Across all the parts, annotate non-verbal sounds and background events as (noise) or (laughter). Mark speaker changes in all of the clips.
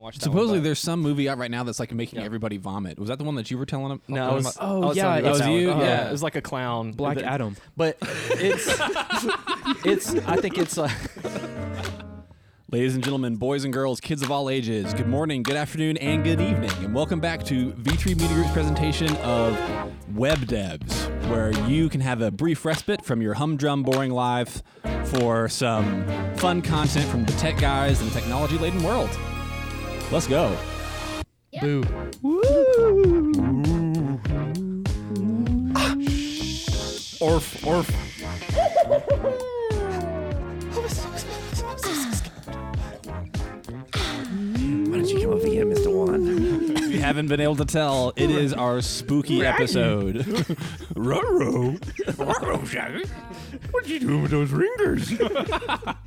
Speaker 1: watched. That
Speaker 2: Supposedly,
Speaker 1: one,
Speaker 2: there's some movie out right now that's like making
Speaker 1: Yeah.
Speaker 2: everybody vomit. Was that the one that you were telling him?
Speaker 1: no.
Speaker 2: about?
Speaker 1: I was,
Speaker 3: Oh,
Speaker 1: I was
Speaker 3: yeah,
Speaker 1: telling about
Speaker 3: it's-
Speaker 2: Oh,
Speaker 1: that one.
Speaker 2: you?
Speaker 1: yeah.
Speaker 2: Yeah.
Speaker 1: It was like a clown.
Speaker 3: Uh-huh. Black
Speaker 1: But-
Speaker 3: Adam.
Speaker 1: But it's (laughs) it's. I think it's. Uh,
Speaker 2: Ladies and gentlemen, boys and girls, kids of all ages, good morning, good afternoon, and good evening, and welcome back to V3 Media Group's presentation of Web Devs, where you can have a brief respite from your humdrum, boring life for some fun content from the tech guys in the technology laden world. Let's go.
Speaker 3: Boo.
Speaker 2: Ah, Orf, orf.
Speaker 4: Why don't you come over here, Mr. One?
Speaker 2: If you haven't been able to tell, it is our spooky episode.
Speaker 4: Roro. Roro, Shaggy. What'd you do with those ringers?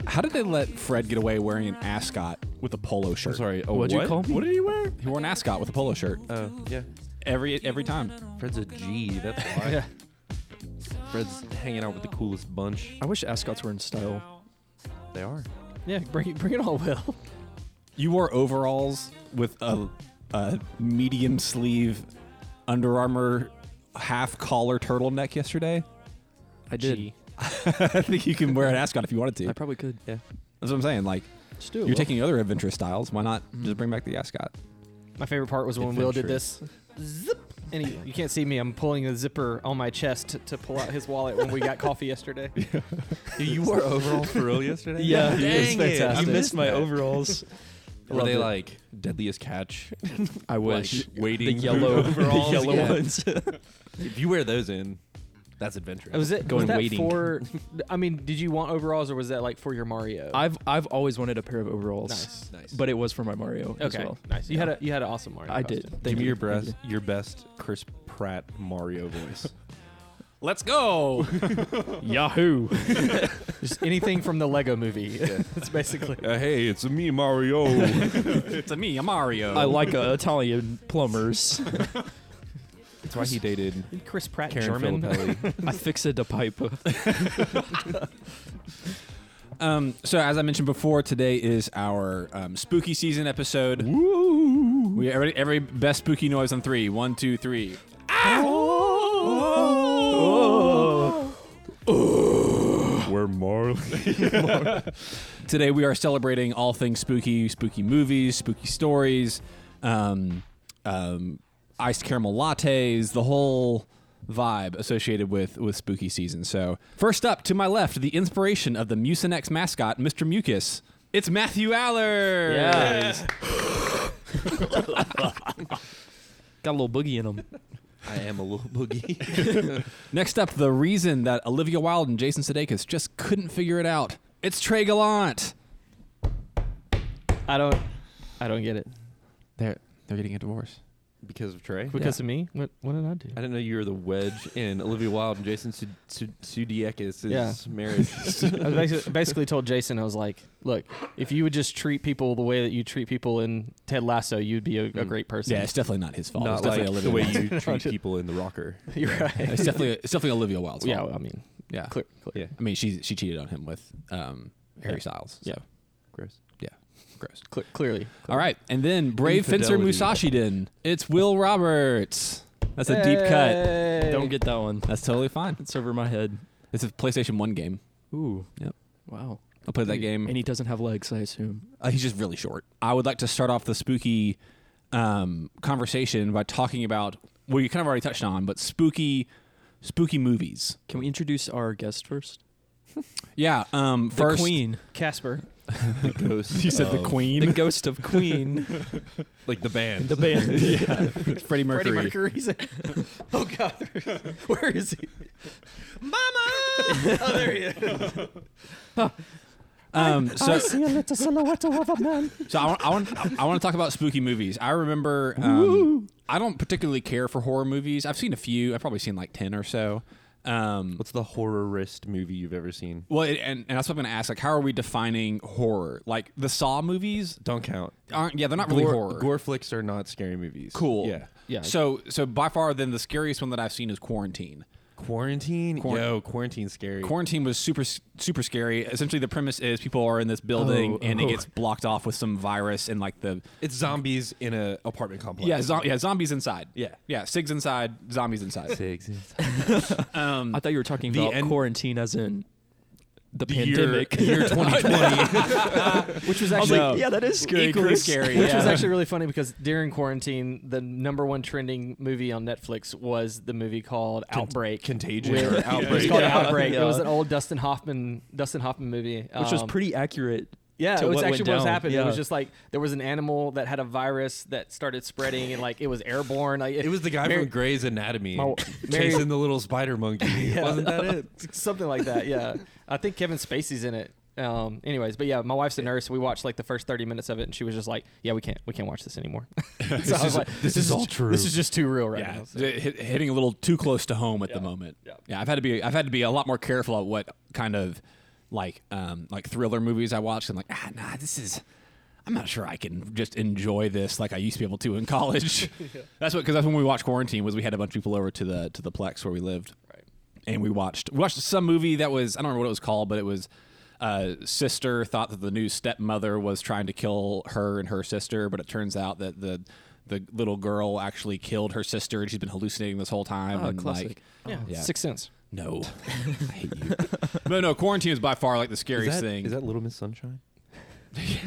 Speaker 2: How did they let Fred get away wearing an ascot with a polo shirt?
Speaker 4: Sorry, oh,
Speaker 3: What'd you
Speaker 4: what?
Speaker 3: call me?
Speaker 4: What did he wear?
Speaker 2: He wore an ascot with a polo shirt
Speaker 4: Oh, yeah.
Speaker 2: every every time.
Speaker 4: Fred's a G, that's why. Fred's hanging out with the coolest bunch.
Speaker 3: I wish ascots were in style.
Speaker 4: They are.
Speaker 3: Yeah, bring it, bring it all well.
Speaker 2: You wore overalls with a, a medium sleeve Under Armour half collar turtleneck yesterday. (laughs)
Speaker 3: I did.
Speaker 1: Gee.
Speaker 2: I think you can wear an ascot if you wanted to.
Speaker 3: I probably could.
Speaker 4: Yeah.
Speaker 2: That's what I'm saying. Like
Speaker 3: Just do it.
Speaker 2: you're
Speaker 3: Will.
Speaker 2: taking other adventure styles. Why not just bring back the ascot?
Speaker 1: my favorite part was when Will did this. Zip. And he, you can't see me. I'm pulling the zipper on my chest to, to pull out his wallet when we got coffee
Speaker 3: (laughs)
Speaker 1: yesterday.
Speaker 4: you wore overalls for real yesterday?
Speaker 3: Yeah,
Speaker 4: Dang
Speaker 3: it's fantastic.
Speaker 4: You missed my over.
Speaker 3: overalls.
Speaker 4: (laughs) Were
Speaker 3: Loved
Speaker 4: they
Speaker 3: it.
Speaker 4: like deadliest catch?
Speaker 3: (laughs) I wish.
Speaker 4: Like, waiting (laughs)
Speaker 3: the yellow, (laughs) the
Speaker 4: overalls?
Speaker 3: yellow
Speaker 4: Yeah.
Speaker 3: ones.
Speaker 4: if you wear those in, that's adventure.
Speaker 1: Was it
Speaker 3: Going
Speaker 1: was that
Speaker 3: waiting.
Speaker 1: for? I mean, did you want overalls or was that like for your Mario?
Speaker 3: (laughs) I've I've always wanted a pair of overalls,
Speaker 1: nice.
Speaker 4: nice.
Speaker 3: but it was for my Mario as
Speaker 1: Okay,
Speaker 3: well.
Speaker 1: nice. You had a you had an awesome Mario.
Speaker 3: I
Speaker 1: costume.
Speaker 3: did.
Speaker 4: Give
Speaker 3: Thank
Speaker 4: me
Speaker 3: you.
Speaker 4: your
Speaker 3: Thank
Speaker 4: best,
Speaker 3: you.
Speaker 4: your best Chris Pratt Mario voice.
Speaker 2: Let's go. (laughs)
Speaker 3: (laughs) Yahoo!
Speaker 1: Just anything from the Lego
Speaker 3: (laughs)
Speaker 1: Movie. (laughs) That's basically.
Speaker 4: (laughs) Uh, hey, it's me, Mario. (laughs)
Speaker 2: it's a me, a Mario. (laughs)
Speaker 3: I like uh, Italian plumbers. (laughs)
Speaker 4: That's why he dated
Speaker 1: Chris Pratt
Speaker 4: Karen
Speaker 1: German. (laughs)
Speaker 4: Filippelli.
Speaker 3: I fixed a pipe.
Speaker 2: Um, so as I mentioned before, today is our um, spooky season episode. Woo! We every, every best spooky noise on three. One, two, three.
Speaker 4: We're Mario.
Speaker 2: Today we are celebrating all things spooky, spooky movies, spooky stories, um, um, iced caramel lattes, the whole vibe associated with with spooky season. So first up to my left, the inspiration of the Mucinex mascot, Mr. Mucus. It's Matthew Aller.
Speaker 3: Yeah. (laughs) Got a little boogie in them.
Speaker 4: I am a little
Speaker 3: (laughs)
Speaker 4: boogie.
Speaker 2: Next up, the reason that Olivia Wilde and Jason Sudeikis just couldn't figure it out. It's Trey Gallant.
Speaker 1: I don't. I don't get it.
Speaker 2: They're they're getting a divorce.
Speaker 4: Because of Trey?
Speaker 1: Because of me. What, what did I do?
Speaker 4: I didn't know you were the wedge in Olivia Wilde and Jason Sud- Sud- Sudeikis'
Speaker 1: Yeah.
Speaker 4: (laughs) marriage.
Speaker 1: I was basically, basically told Jason, I was like, look, if you would just treat people the way that you treat people in Ted Lasso, you'd be a, a
Speaker 4: Mm.
Speaker 1: great person.
Speaker 2: Yeah, it's definitely not his fault. it's
Speaker 4: Not
Speaker 2: definitely
Speaker 4: like
Speaker 2: Olivia
Speaker 4: the way
Speaker 2: Wilde's.
Speaker 4: (laughs) you treat people in The Rocker.
Speaker 1: (laughs) You're right.
Speaker 2: it's definitely it's definitely Olivia
Speaker 1: (laughs)
Speaker 2: Wilde's
Speaker 1: yeah,
Speaker 2: fault.
Speaker 1: well, I mean,
Speaker 2: Yeah.
Speaker 1: clear. clear.
Speaker 4: Yeah,
Speaker 2: I mean, she she cheated on him with um, Harry
Speaker 1: Yeah.
Speaker 2: Styles.
Speaker 1: Yeah.
Speaker 4: gross.
Speaker 2: Gross.
Speaker 1: Cle- clearly.
Speaker 2: All right, and then brave fencer
Speaker 4: Infidelity.
Speaker 2: Musashiden. It's Will Roberts. That's a deep cut.
Speaker 1: cut.
Speaker 3: Don't get that one.
Speaker 2: That's totally fine.
Speaker 3: It's over my head.
Speaker 2: It's a PlayStation One game.
Speaker 3: Ooh.
Speaker 2: Yep.
Speaker 3: Wow.
Speaker 2: I played that game.
Speaker 3: And he doesn't have legs, I assume.
Speaker 2: Uh, he's just really short. I would like to start off the spooky um, conversation by talking about well, you kind of already touched on, but spooky, spooky movies.
Speaker 3: Can we introduce our guest first?
Speaker 2: Yeah. Um, first,
Speaker 3: the Queen,
Speaker 1: Casper.
Speaker 4: (laughs) The ghost. of-
Speaker 3: the ghost of Queen,
Speaker 4: Like the band.
Speaker 3: the band.
Speaker 2: Freddie Mercury.
Speaker 1: Freddie Mercury's. (laughs) oh God, where is he? Mama! oh, there he is.
Speaker 2: Um, so,
Speaker 3: a little silhouette of a man.
Speaker 2: so I want, I want, I want to talk about spooky movies. I remember. Um, I don't particularly care for horror movies. I've seen a few. I've probably seen like ten or so. Um,
Speaker 4: What's the horrorist movie you've ever seen?
Speaker 2: well, it, and, and that's what I'm going to ask. Like, how are we defining horror? Like the Saw movies
Speaker 4: Don't count.
Speaker 2: aren't. Yeah, they're not really
Speaker 4: gore,
Speaker 2: horror.
Speaker 4: gore flicks are not scary movies.
Speaker 2: Cool.
Speaker 4: Yeah.
Speaker 1: Yeah.
Speaker 2: So so by far then the scariest one that I've seen is Quarantine.
Speaker 4: Quarantine?
Speaker 2: Quar-
Speaker 4: Yo, quarantine's scary.
Speaker 2: Quarantine was super super scary. Essentially, the premise is people are in this building
Speaker 3: Oh,
Speaker 2: and it
Speaker 3: oh.
Speaker 2: gets blocked off with some virus and like the
Speaker 4: it's zombies in an apartment complex.
Speaker 2: yeah zo- yeah zombies inside
Speaker 4: Yeah.
Speaker 2: yeah SIGs inside zombies
Speaker 4: (laughs)
Speaker 2: inside.
Speaker 4: Six. It's
Speaker 2: Um,
Speaker 3: I thought you were talking
Speaker 4: The
Speaker 3: about
Speaker 4: end-
Speaker 3: quarantine as in the,
Speaker 4: the year,
Speaker 2: (laughs)
Speaker 3: pandemic. (laughs)
Speaker 4: year 2020.
Speaker 1: Which was
Speaker 3: I was
Speaker 1: actually
Speaker 3: like, yeah, that is scary.
Speaker 2: equally
Speaker 3: Chris.
Speaker 2: scary.
Speaker 1: Which
Speaker 2: yeah.
Speaker 1: was actually really funny because during quarantine, the number one trending movie on Netflix was the movie called Outbreak.
Speaker 4: Contagion
Speaker 1: With- It
Speaker 4: or
Speaker 3: (laughs)
Speaker 1: was
Speaker 4: Outbreak.
Speaker 1: called
Speaker 3: Yeah.
Speaker 1: Outbreak. It was
Speaker 3: Yeah.
Speaker 1: an old Dustin Hoffman Dustin Hoffman movie,
Speaker 3: (laughs) Which was
Speaker 1: Um,
Speaker 3: pretty accurate.
Speaker 1: Yeah,
Speaker 3: to
Speaker 1: it was
Speaker 3: what went
Speaker 1: actually what was
Speaker 3: down.
Speaker 1: happening. It
Speaker 3: Yeah.
Speaker 1: was
Speaker 3: (laughs)
Speaker 1: just like there was an animal that had a virus that started spreading, and like it was airborne. Like
Speaker 4: It was the guy
Speaker 1: Mary-
Speaker 4: from Grey's Anatomy
Speaker 1: My-
Speaker 4: (laughs)
Speaker 1: Mary-
Speaker 4: chasing the little spider monkey. Wasn't that
Speaker 1: (laughs)
Speaker 4: it?
Speaker 1: something like that. Yeah, I think Kevin Spacey's in it. Um, anyways, but yeah, my wife's a nurse. We watched like the first thirty minutes of it, and she was just like, "Yeah, we can't, we can't watch this anymore." (laughs) so this
Speaker 4: is- this is all true."
Speaker 1: This is just too real right
Speaker 2: yeah,
Speaker 1: now.
Speaker 2: it hit- hitting a little too close to home at the moment. Yeah. I've had to be I've had to be a lot more careful at what kind of like um like thriller movies I watch. I'm like, ah, nah, this is. I'm not sure I can just enjoy this like I used to be able to in (laughs) college. That's what because that's when we watched Quarantine was we had a bunch of people over to the to the Plex where we lived, right? And we watched we watched some movie that was I don't remember what it was called, but it was. Uh, sister thought that the new stepmother was trying to kill her and her sister, but it turns out that the the little girl actually killed her sister, and she's been hallucinating this whole time.
Speaker 3: Oh,
Speaker 2: and like,
Speaker 3: classic.
Speaker 1: Yeah,
Speaker 2: Yeah.
Speaker 1: Sixth Sense.
Speaker 4: (laughs)
Speaker 2: no, (laughs) I hate you. (laughs) But no, quarantine is by far like the scariest
Speaker 4: Is that-
Speaker 2: thing.
Speaker 4: Is that Little Miss Sunshine?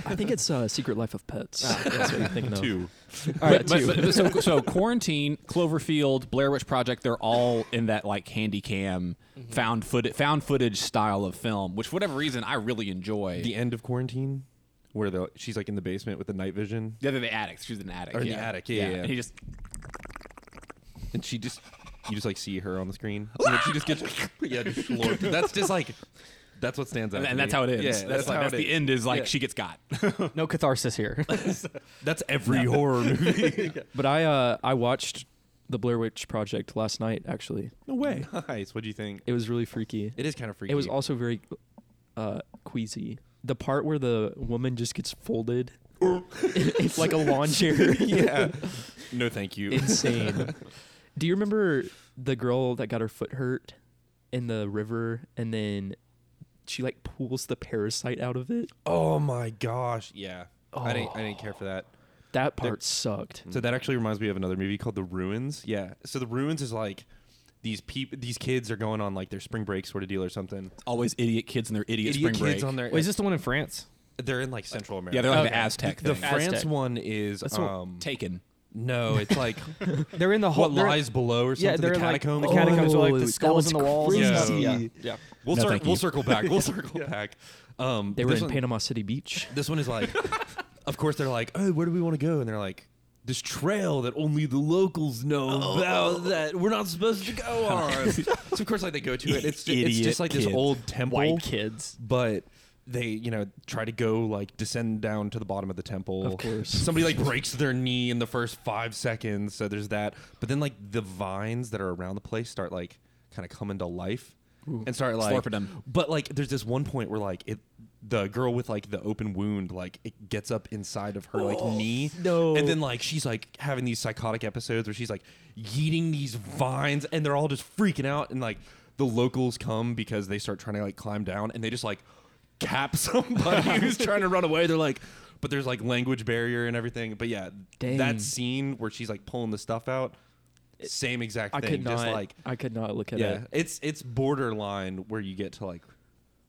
Speaker 3: I think it's uh, Secret Life of Pets. That's what you're thinking of.
Speaker 4: Two.
Speaker 1: All right,
Speaker 2: but, but-
Speaker 1: two.
Speaker 2: but- so, so quarantine, Cloverfield, Blair Witch Project, they're all in that like handy cam found foot found footage style of film, which for whatever reason I really enjoy.
Speaker 4: The end of quarantine, where the she's like in the basement with the night vision,
Speaker 2: yeah, they're the attic. She's an attic.
Speaker 4: Or in the
Speaker 2: yeah.
Speaker 4: attic, yeah, yeah, yeah.
Speaker 2: And he just
Speaker 4: and she just you just like see her on the screen, and then she just gets (laughs) yeah, just floored. That's just like that's what stands out,
Speaker 2: and,
Speaker 4: to
Speaker 2: and
Speaker 4: me.
Speaker 2: that's how it ends.
Speaker 4: Yeah,
Speaker 2: that's, like
Speaker 4: how
Speaker 2: that's
Speaker 4: it
Speaker 2: the
Speaker 4: is.
Speaker 2: end is like
Speaker 4: Yeah.
Speaker 2: she gets got. (laughs)
Speaker 1: no catharsis
Speaker 4: (laughs)
Speaker 1: here.
Speaker 4: That's every horror
Speaker 3: (laughs)
Speaker 4: movie.
Speaker 3: But I uh, I watched the Blair Witch Project last night. Actually,
Speaker 4: no way. Nice. What do you think?
Speaker 3: it was really freaky.
Speaker 4: It is kind of freaky.
Speaker 3: It was also very uh, queasy. The part where the woman just gets (laughs) folded, it's like a lawn chair.
Speaker 4: yeah. No, thank you. (laughs)
Speaker 3: (laughs) Insane. Do you remember the girl that got her foot hurt in the river, and then she like pulls the parasite out of it?
Speaker 4: oh my gosh. Oh. Yeah. I didn't. I didn't care for that.
Speaker 3: That part sucked.
Speaker 4: So that actually reminds me of another movie called The Ruins. Yeah. So The Ruins is like these peop- these kids are going on like their spring break sort of deal or something.
Speaker 2: Always idiot kids and their idiot,
Speaker 4: Idiot
Speaker 2: spring break.
Speaker 4: kids on their
Speaker 1: Wait, is this the one in
Speaker 4: (laughs)
Speaker 1: France?
Speaker 4: they're in like Central America.
Speaker 2: yeah, they're like
Speaker 1: Okay.
Speaker 2: the Aztec
Speaker 4: the
Speaker 2: thing.
Speaker 4: France
Speaker 1: Aztec.
Speaker 4: one is
Speaker 1: what-
Speaker 4: um
Speaker 2: Taken.
Speaker 1: (laughs)
Speaker 4: no, it's like
Speaker 1: They're in the whole.
Speaker 4: what lies below or something.
Speaker 1: Yeah, they're
Speaker 4: the
Speaker 1: in like
Speaker 4: catacombs.
Speaker 1: the catacombs. where,
Speaker 3: Oh,
Speaker 1: like the
Speaker 3: that
Speaker 1: skulls
Speaker 3: one's
Speaker 1: in the walls. and stuff.
Speaker 4: crazy.
Speaker 1: Yeah. yeah.
Speaker 4: We'll,
Speaker 2: No,
Speaker 4: cir-
Speaker 2: thank
Speaker 4: we'll
Speaker 2: you.
Speaker 4: circle back. We'll circle back. Um,
Speaker 3: They were
Speaker 4: this
Speaker 3: in
Speaker 4: one-
Speaker 3: Panama City Beach.
Speaker 4: This one
Speaker 1: (laughs)
Speaker 4: is like, of course they're like, oh, where do we want to go? And they're like, this trail that only the locals know
Speaker 1: Oh.
Speaker 4: about that we're not supposed
Speaker 1: (laughs)
Speaker 4: to go on. so of course, like they go to it. It's just, it's
Speaker 2: Idiot
Speaker 4: just like this
Speaker 2: kids.
Speaker 4: old temple,
Speaker 1: White kids.
Speaker 4: but they you know try to go like descend down to the bottom of the temple.
Speaker 3: Of course.
Speaker 4: somebody like breaks their knee in the first five seconds, so there's that. But then like the vines that are around the place start like kind of coming to life. And start like
Speaker 2: Slurping 'em.
Speaker 4: but like, there's this one point where like it, the girl with like the open wound, like it gets up inside of her like knee,
Speaker 3: Oh, no.
Speaker 4: and then like she's like having these psychotic episodes where she's like yeeting these vines, and they're all just freaking out, and like the locals come because they start trying to like climb down, and they just like cap (laughs) somebody who's trying to run away. They're like. But there's like language barrier and everything. But yeah,
Speaker 3: Dang.
Speaker 4: that scene where she's like pulling the stuff out, same exact
Speaker 3: I
Speaker 4: thing.
Speaker 3: could not.
Speaker 4: just like
Speaker 3: I could not look at
Speaker 4: yeah,
Speaker 3: it.
Speaker 4: it's it's borderline where you get to like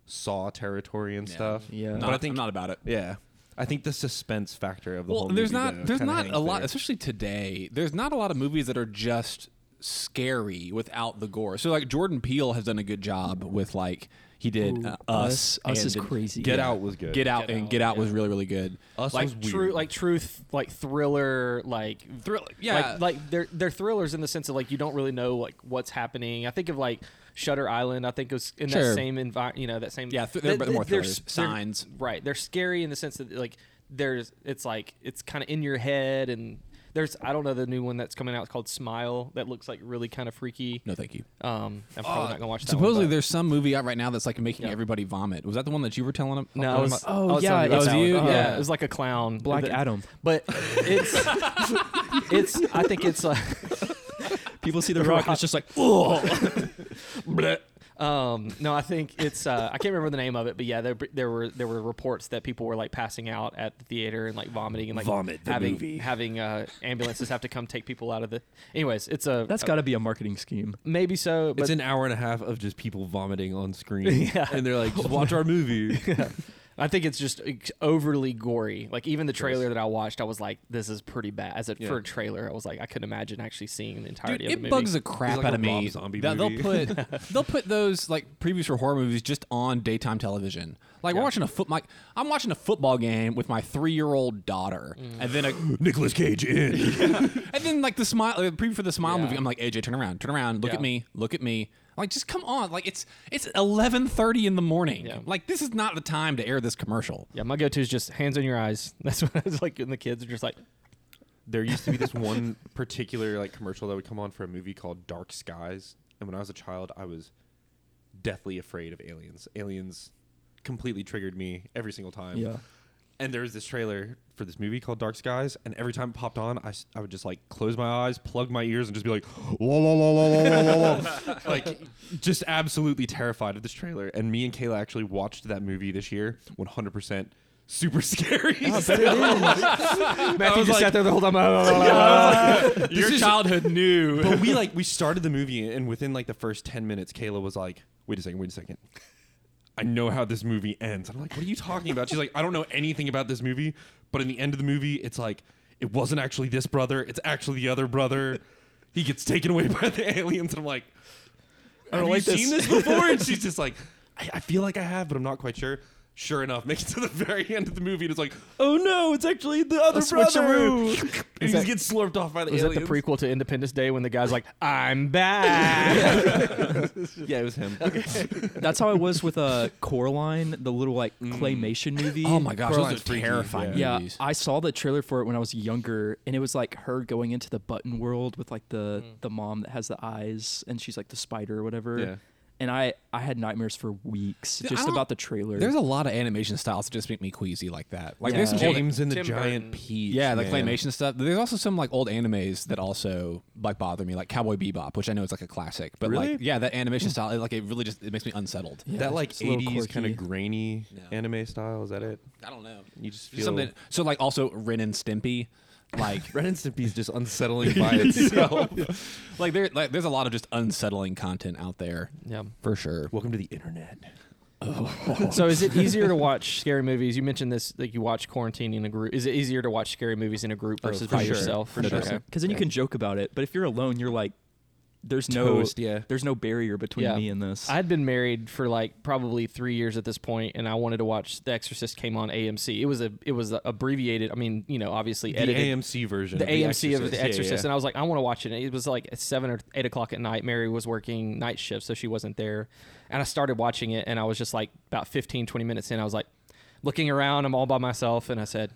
Speaker 4: saw territory and stuff.
Speaker 3: Yeah.
Speaker 2: Not,
Speaker 3: But
Speaker 4: I think-
Speaker 2: I'm not about it.
Speaker 4: yeah. I think the suspense factor of the
Speaker 2: well
Speaker 4: whole
Speaker 2: and there's
Speaker 4: movie,
Speaker 2: not
Speaker 4: though,
Speaker 2: there's
Speaker 4: kinda
Speaker 2: not
Speaker 4: hangs
Speaker 2: a lot
Speaker 4: there.
Speaker 2: especially today there's not a lot of movies that are just scary without the gore so like jordan peele has done a good job with like he did
Speaker 3: Ooh,
Speaker 2: uh, us
Speaker 3: Us- Us
Speaker 2: and
Speaker 3: is
Speaker 2: did-
Speaker 3: crazy.
Speaker 4: Get Out was good.
Speaker 2: get out
Speaker 1: Get
Speaker 2: and
Speaker 1: Out,
Speaker 2: get out was
Speaker 1: yeah.
Speaker 2: really really good
Speaker 4: Us
Speaker 2: like
Speaker 4: was
Speaker 1: True,
Speaker 4: weird.
Speaker 1: like truth, like thriller, like
Speaker 2: Thriller- yeah.
Speaker 1: like, like they're they're thrillers in the sense of like you don't really know like what's happening. I think of like Shutter Island. I think it was in
Speaker 2: Sure.
Speaker 1: that same environment, you know, that same
Speaker 2: Yeah, th- they're more thrillers.
Speaker 1: s- they're-
Speaker 2: Signs.
Speaker 1: right? They're scary in the sense that like there's it's like it's kind of in your head and there's I don't know the new one that's coming out it's called Smile that looks like really kind of freaky.
Speaker 2: no thank you
Speaker 1: Um, I'm probably not gonna watch that.
Speaker 2: supposedly
Speaker 1: one, but-
Speaker 2: there's some movie out right now that's like making
Speaker 1: Yeah.
Speaker 2: everybody vomit was that the one that you were telling him
Speaker 1: No,
Speaker 2: about?
Speaker 1: I was,
Speaker 3: Oh,
Speaker 1: I was
Speaker 3: yeah,
Speaker 1: telling
Speaker 3: it was
Speaker 1: about that
Speaker 2: you?
Speaker 1: one.
Speaker 2: Yeah.
Speaker 1: yeah, it was like a clown,
Speaker 3: Black
Speaker 1: But- (laughs)
Speaker 3: Adam.
Speaker 1: uh, But it's it's I think it's like
Speaker 3: People see the rock and it's just like, oh, Bleh.
Speaker 1: (laughs) Um, no, I think it's uh, I can't remember the name of it, but yeah, there there were there were reports that people were like passing out at the theater and like vomiting and like
Speaker 4: Vomit, the
Speaker 1: having
Speaker 4: movie.
Speaker 1: having uh, ambulances have to come take people out of the. Anyways, it's a
Speaker 3: (laughs)
Speaker 1: uh,
Speaker 3: that's got to be a marketing scheme.
Speaker 1: maybe so, but
Speaker 4: it's an hour and a half of just people vomiting on screen.
Speaker 1: (laughs) Yeah.
Speaker 4: And they're like, just watch
Speaker 1: (laughs)
Speaker 4: our movie.
Speaker 1: I think it's just ex- overly gory. Like even the trailer that I watched, I was like, this is pretty bad. As a, for a trailer, I was like, I couldn't imagine actually seeing the entirety
Speaker 2: Dude,
Speaker 1: of the
Speaker 2: it
Speaker 1: movie.
Speaker 2: bugs the crap
Speaker 4: It's like
Speaker 2: out
Speaker 4: a
Speaker 2: of me.
Speaker 4: Rob Zombie
Speaker 2: that
Speaker 4: movie.
Speaker 2: They'll put they'll put those like previews for horror movies just on daytime television. Like we're watching a foot. Like I'm watching a football game with my three year old daughter, and then a,
Speaker 4: Nicholas
Speaker 2: (laughs)
Speaker 4: Cage in.
Speaker 2: and then like the smile uh, preview for the smile
Speaker 1: Yeah.
Speaker 2: movie. I'm like AJ, turn around, turn around, look
Speaker 1: Yeah.
Speaker 2: at me, look at me. Like just come on. Like it's it's 11:30 in the morning.
Speaker 1: Yeah.
Speaker 2: Like this is not the time to air this commercial.
Speaker 1: yeah, my go-to is just hands on your eyes. (laughs) That's what I was like, and the kids are just like,
Speaker 4: there used to be this one (laughs) particular like commercial that would come on for a movie called Dark Skies, and when I was a child, I was deathly afraid of aliens. Aliens completely triggered me every single time.
Speaker 3: Yeah.
Speaker 4: And there was this trailer for this movie called Dark Skies, and every time it popped on, I, s- I would just like close my eyes, plug my ears, and just be like, (laughs) la la la la la la la, la, like just absolutely terrified of this trailer. And me and Kayla actually watched that movie this year, 100 percent super scary. (laughs)
Speaker 1: Matthew just
Speaker 4: like-
Speaker 1: sat there the whole time. "Ah, ah, ah,
Speaker 3: (laughs)
Speaker 1: ah."
Speaker 2: Your (laughs) childhood knew.
Speaker 4: but we like we started the movie and within like the first 10 minutes kayla was like wait a second wait a second i know how this movie ends i'm like what are you talking about she's like i don't know anything about this movie but in the end of the movie it's like it wasn't actually this brother it's actually the other brother he gets taken away (laughs) by the aliens and i'm like have
Speaker 3: don't
Speaker 4: you
Speaker 3: like this."
Speaker 4: seen this before and she's just like I, I feel like i have but i'm not quite sure Sure enough, makes it to the very (laughs) end of the movie, and it's like, oh no, it's actually the other brother.
Speaker 3: (laughs)
Speaker 4: (laughs)
Speaker 3: switcheroo.
Speaker 4: and he
Speaker 1: that-
Speaker 4: gets slurped off by the
Speaker 1: Was that
Speaker 4: aliens.
Speaker 1: the prequel to Independence Day when the guy's like, I'm back?
Speaker 4: Yeah, it was (laughs) him.
Speaker 3: That's how I was with uh, Coraline, the little like claymation movie.
Speaker 2: Oh my gosh,
Speaker 4: Coraline's
Speaker 2: those are
Speaker 4: freaky,
Speaker 2: terrifying
Speaker 4: yeah.
Speaker 3: Yeah,
Speaker 2: movies.
Speaker 3: I saw the trailer for it when I was younger, and it was like her going into the button world with like the the mom that has the eyes, and she's like the spider or whatever.
Speaker 4: Yeah.
Speaker 3: And I I had nightmares for weeks
Speaker 2: Dude, I
Speaker 3: just
Speaker 2: don't-
Speaker 3: about the trailer.
Speaker 2: There's a lot of animation styles that just make me queasy like that. Like
Speaker 3: Yeah.
Speaker 2: there's some old-
Speaker 4: James and the
Speaker 1: Tim
Speaker 4: Giant
Speaker 1: Burton.
Speaker 4: Peach.
Speaker 2: Yeah, like
Speaker 4: man.
Speaker 2: claymation stuff. There's also some like old animes that also like bother me, like Cowboy Bebop, which I know is like a classic, but like
Speaker 4: Really?
Speaker 2: yeah, that animation style, it, like it really just it makes me unsettled.
Speaker 4: That like
Speaker 3: it's a little
Speaker 4: '80s kind
Speaker 3: quirky.
Speaker 4: of grainy
Speaker 2: Yeah.
Speaker 4: anime style. Is that it?
Speaker 2: I don't know.
Speaker 4: You just
Speaker 2: Just
Speaker 4: feel
Speaker 2: Something. So like also Ren and Stimpy, like
Speaker 4: (laughs) Ren and Stimpy is just unsettling (laughs) by itself.
Speaker 2: like there like there's a lot of just unsettling content out there
Speaker 1: (laughs) yeah.
Speaker 2: for sure.
Speaker 4: Welcome to the internet.
Speaker 1: So is it easier to watch scary movies? You mentioned this, like you watch Quarantine in a group. Is it easier to watch scary movies in a group
Speaker 4: Oh,
Speaker 1: versus
Speaker 4: for
Speaker 1: by
Speaker 4: sure.
Speaker 1: yourself?
Speaker 4: For sure.
Speaker 1: Okay.
Speaker 3: because then you can joke about it, but if you're alone, you're like, there's no
Speaker 4: Toast, yeah.
Speaker 3: there's no barrier between
Speaker 1: Yeah.
Speaker 3: me and this.
Speaker 1: I had been married for like probably three years at this point, and I wanted to watch The Exorcist. Came on AMC. It was a it was abbreviated. I mean, you know, obviously
Speaker 4: The
Speaker 1: edited.
Speaker 4: AMC version.
Speaker 1: the
Speaker 4: of
Speaker 1: AMC of The
Speaker 4: Yeah, yeah,
Speaker 1: Exorcist,
Speaker 4: yeah.
Speaker 1: and I was like, I want to watch it. And it was like at seven or eight o'clock at night. Mary was working night shift, so she wasn't there. And I started watching it, and I was just like about 15, 20 minutes in. I was like looking around. I'm all by myself, and I said,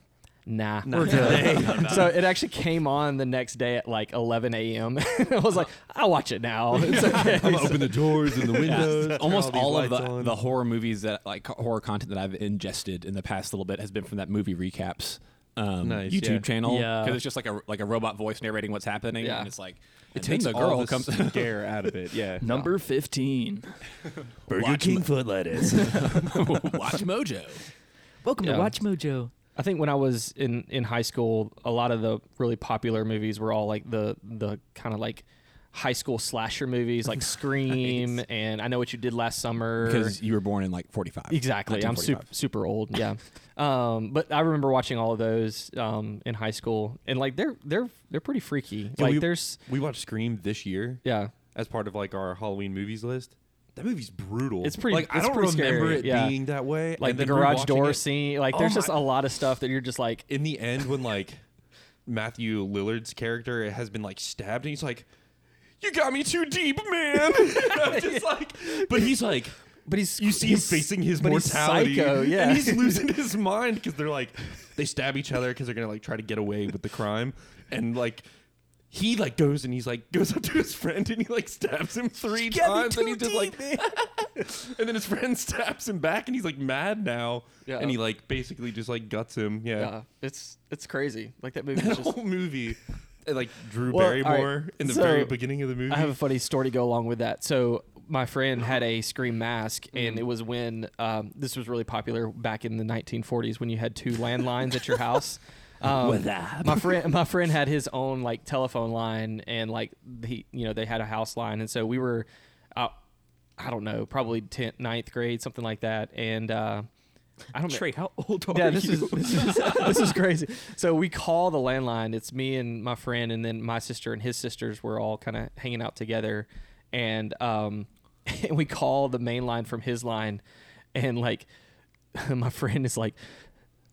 Speaker 1: Nah, (laughs) we're good. so it actually came on the next day at like 11 a.m. (laughs) I was like, I'll watch it now. (laughs) It's okay.
Speaker 4: (laughs) I'm gonna open the doors (laughs) and the windows. turn
Speaker 2: Almost
Speaker 4: these
Speaker 2: all, of
Speaker 4: lights
Speaker 2: the,
Speaker 4: on.
Speaker 2: the horror movies that like horror content that I've ingested in the past little bit has been from that movie recaps um,
Speaker 4: Nice,
Speaker 2: YouTube
Speaker 4: yeah.
Speaker 2: channel
Speaker 3: Yeah.
Speaker 2: because it's just like a like a robot voice narrating what's happening
Speaker 1: Yeah.
Speaker 2: and it's like
Speaker 4: It
Speaker 2: and then
Speaker 4: takes
Speaker 2: the
Speaker 4: all
Speaker 2: girl
Speaker 4: the
Speaker 2: comes (laughs)
Speaker 4: scare out of it. Yeah.
Speaker 3: Number fifteen.
Speaker 4: Burger
Speaker 2: Watch King
Speaker 4: foot lettuce.
Speaker 2: watch
Speaker 4: (laughs)
Speaker 2: Mojo.
Speaker 3: Welcome
Speaker 1: Yeah.
Speaker 3: to Watch Mojo.
Speaker 1: I think when I was in in high school, a lot of the really popular movies were all like the the kind of like high school slasher movies,
Speaker 4: (laughs)
Speaker 1: like Scream and I Know What You Did Last Summer.
Speaker 2: because you were born in like 45
Speaker 1: exactly, I'm super
Speaker 2: 1945.
Speaker 1: super old. Yeah, um, but I remember watching all of those um, in high school, and like they're they're they're pretty freaky. like
Speaker 4: we-
Speaker 1: there's
Speaker 4: (laughs) we watched Scream this year
Speaker 1: yeah.
Speaker 4: as part of like our Halloween movies list. That movie's brutal.
Speaker 1: It's pretty-
Speaker 4: Like I
Speaker 1: it's
Speaker 4: don't
Speaker 1: pretty
Speaker 4: remember
Speaker 1: scary,
Speaker 4: it
Speaker 1: yeah.
Speaker 4: being that way.
Speaker 1: Like
Speaker 4: and
Speaker 1: the
Speaker 4: then
Speaker 1: garage
Speaker 4: rewatching
Speaker 1: door
Speaker 4: it-
Speaker 1: scene, like
Speaker 4: Oh
Speaker 1: there's
Speaker 4: my-
Speaker 1: just a lot of stuff that you're just like,
Speaker 4: in the end when like Matthew Lillard's character has been like stabbed and he's like, "You got me too deep, man." (laughs) I'm just like, but he's like,
Speaker 1: but he's
Speaker 4: you see him
Speaker 1: he's-
Speaker 4: facing his
Speaker 1: but he's
Speaker 4: mortality,
Speaker 1: psycho, yeah,
Speaker 4: (laughs) and he's losing
Speaker 1: (laughs)
Speaker 4: his mind because they're like, they stab each other because they're gonna like try to get away with the crime, and like. He like goes and he's like goes up to his friend and he like stabs him three times and he's just like (laughs) and then his friend stabs him back and he's like mad now
Speaker 1: Yeah.
Speaker 4: and he like basically just like guts him yeah (laughs)
Speaker 1: yeah, it's it's crazy. Like that movie. Just,
Speaker 4: whole movie uh, like Drew
Speaker 1: Well, all right,
Speaker 4: Barrymore in the
Speaker 1: so
Speaker 4: very beginning of the movie.
Speaker 1: I have a funny story to go along with that. So my friend had a scream mask, and it was when um, this was really popular back in the 1940s when you had two landlines at your house. Um, my friend, my friend had his own like telephone line, and like he, you know, they had a house line, and so we were, uh, I don't know, probably 10th, 9th grade, something like that, and uh, I don't know
Speaker 3: Trey, how old are
Speaker 1: yeah, this
Speaker 3: you?
Speaker 1: is this is this is crazy. So we call the landline. It's me and my friend, and then my sister and his sisters were all kind of hanging out together, and um, (laughs) and we call the main line from his line, and like (laughs) my friend is like.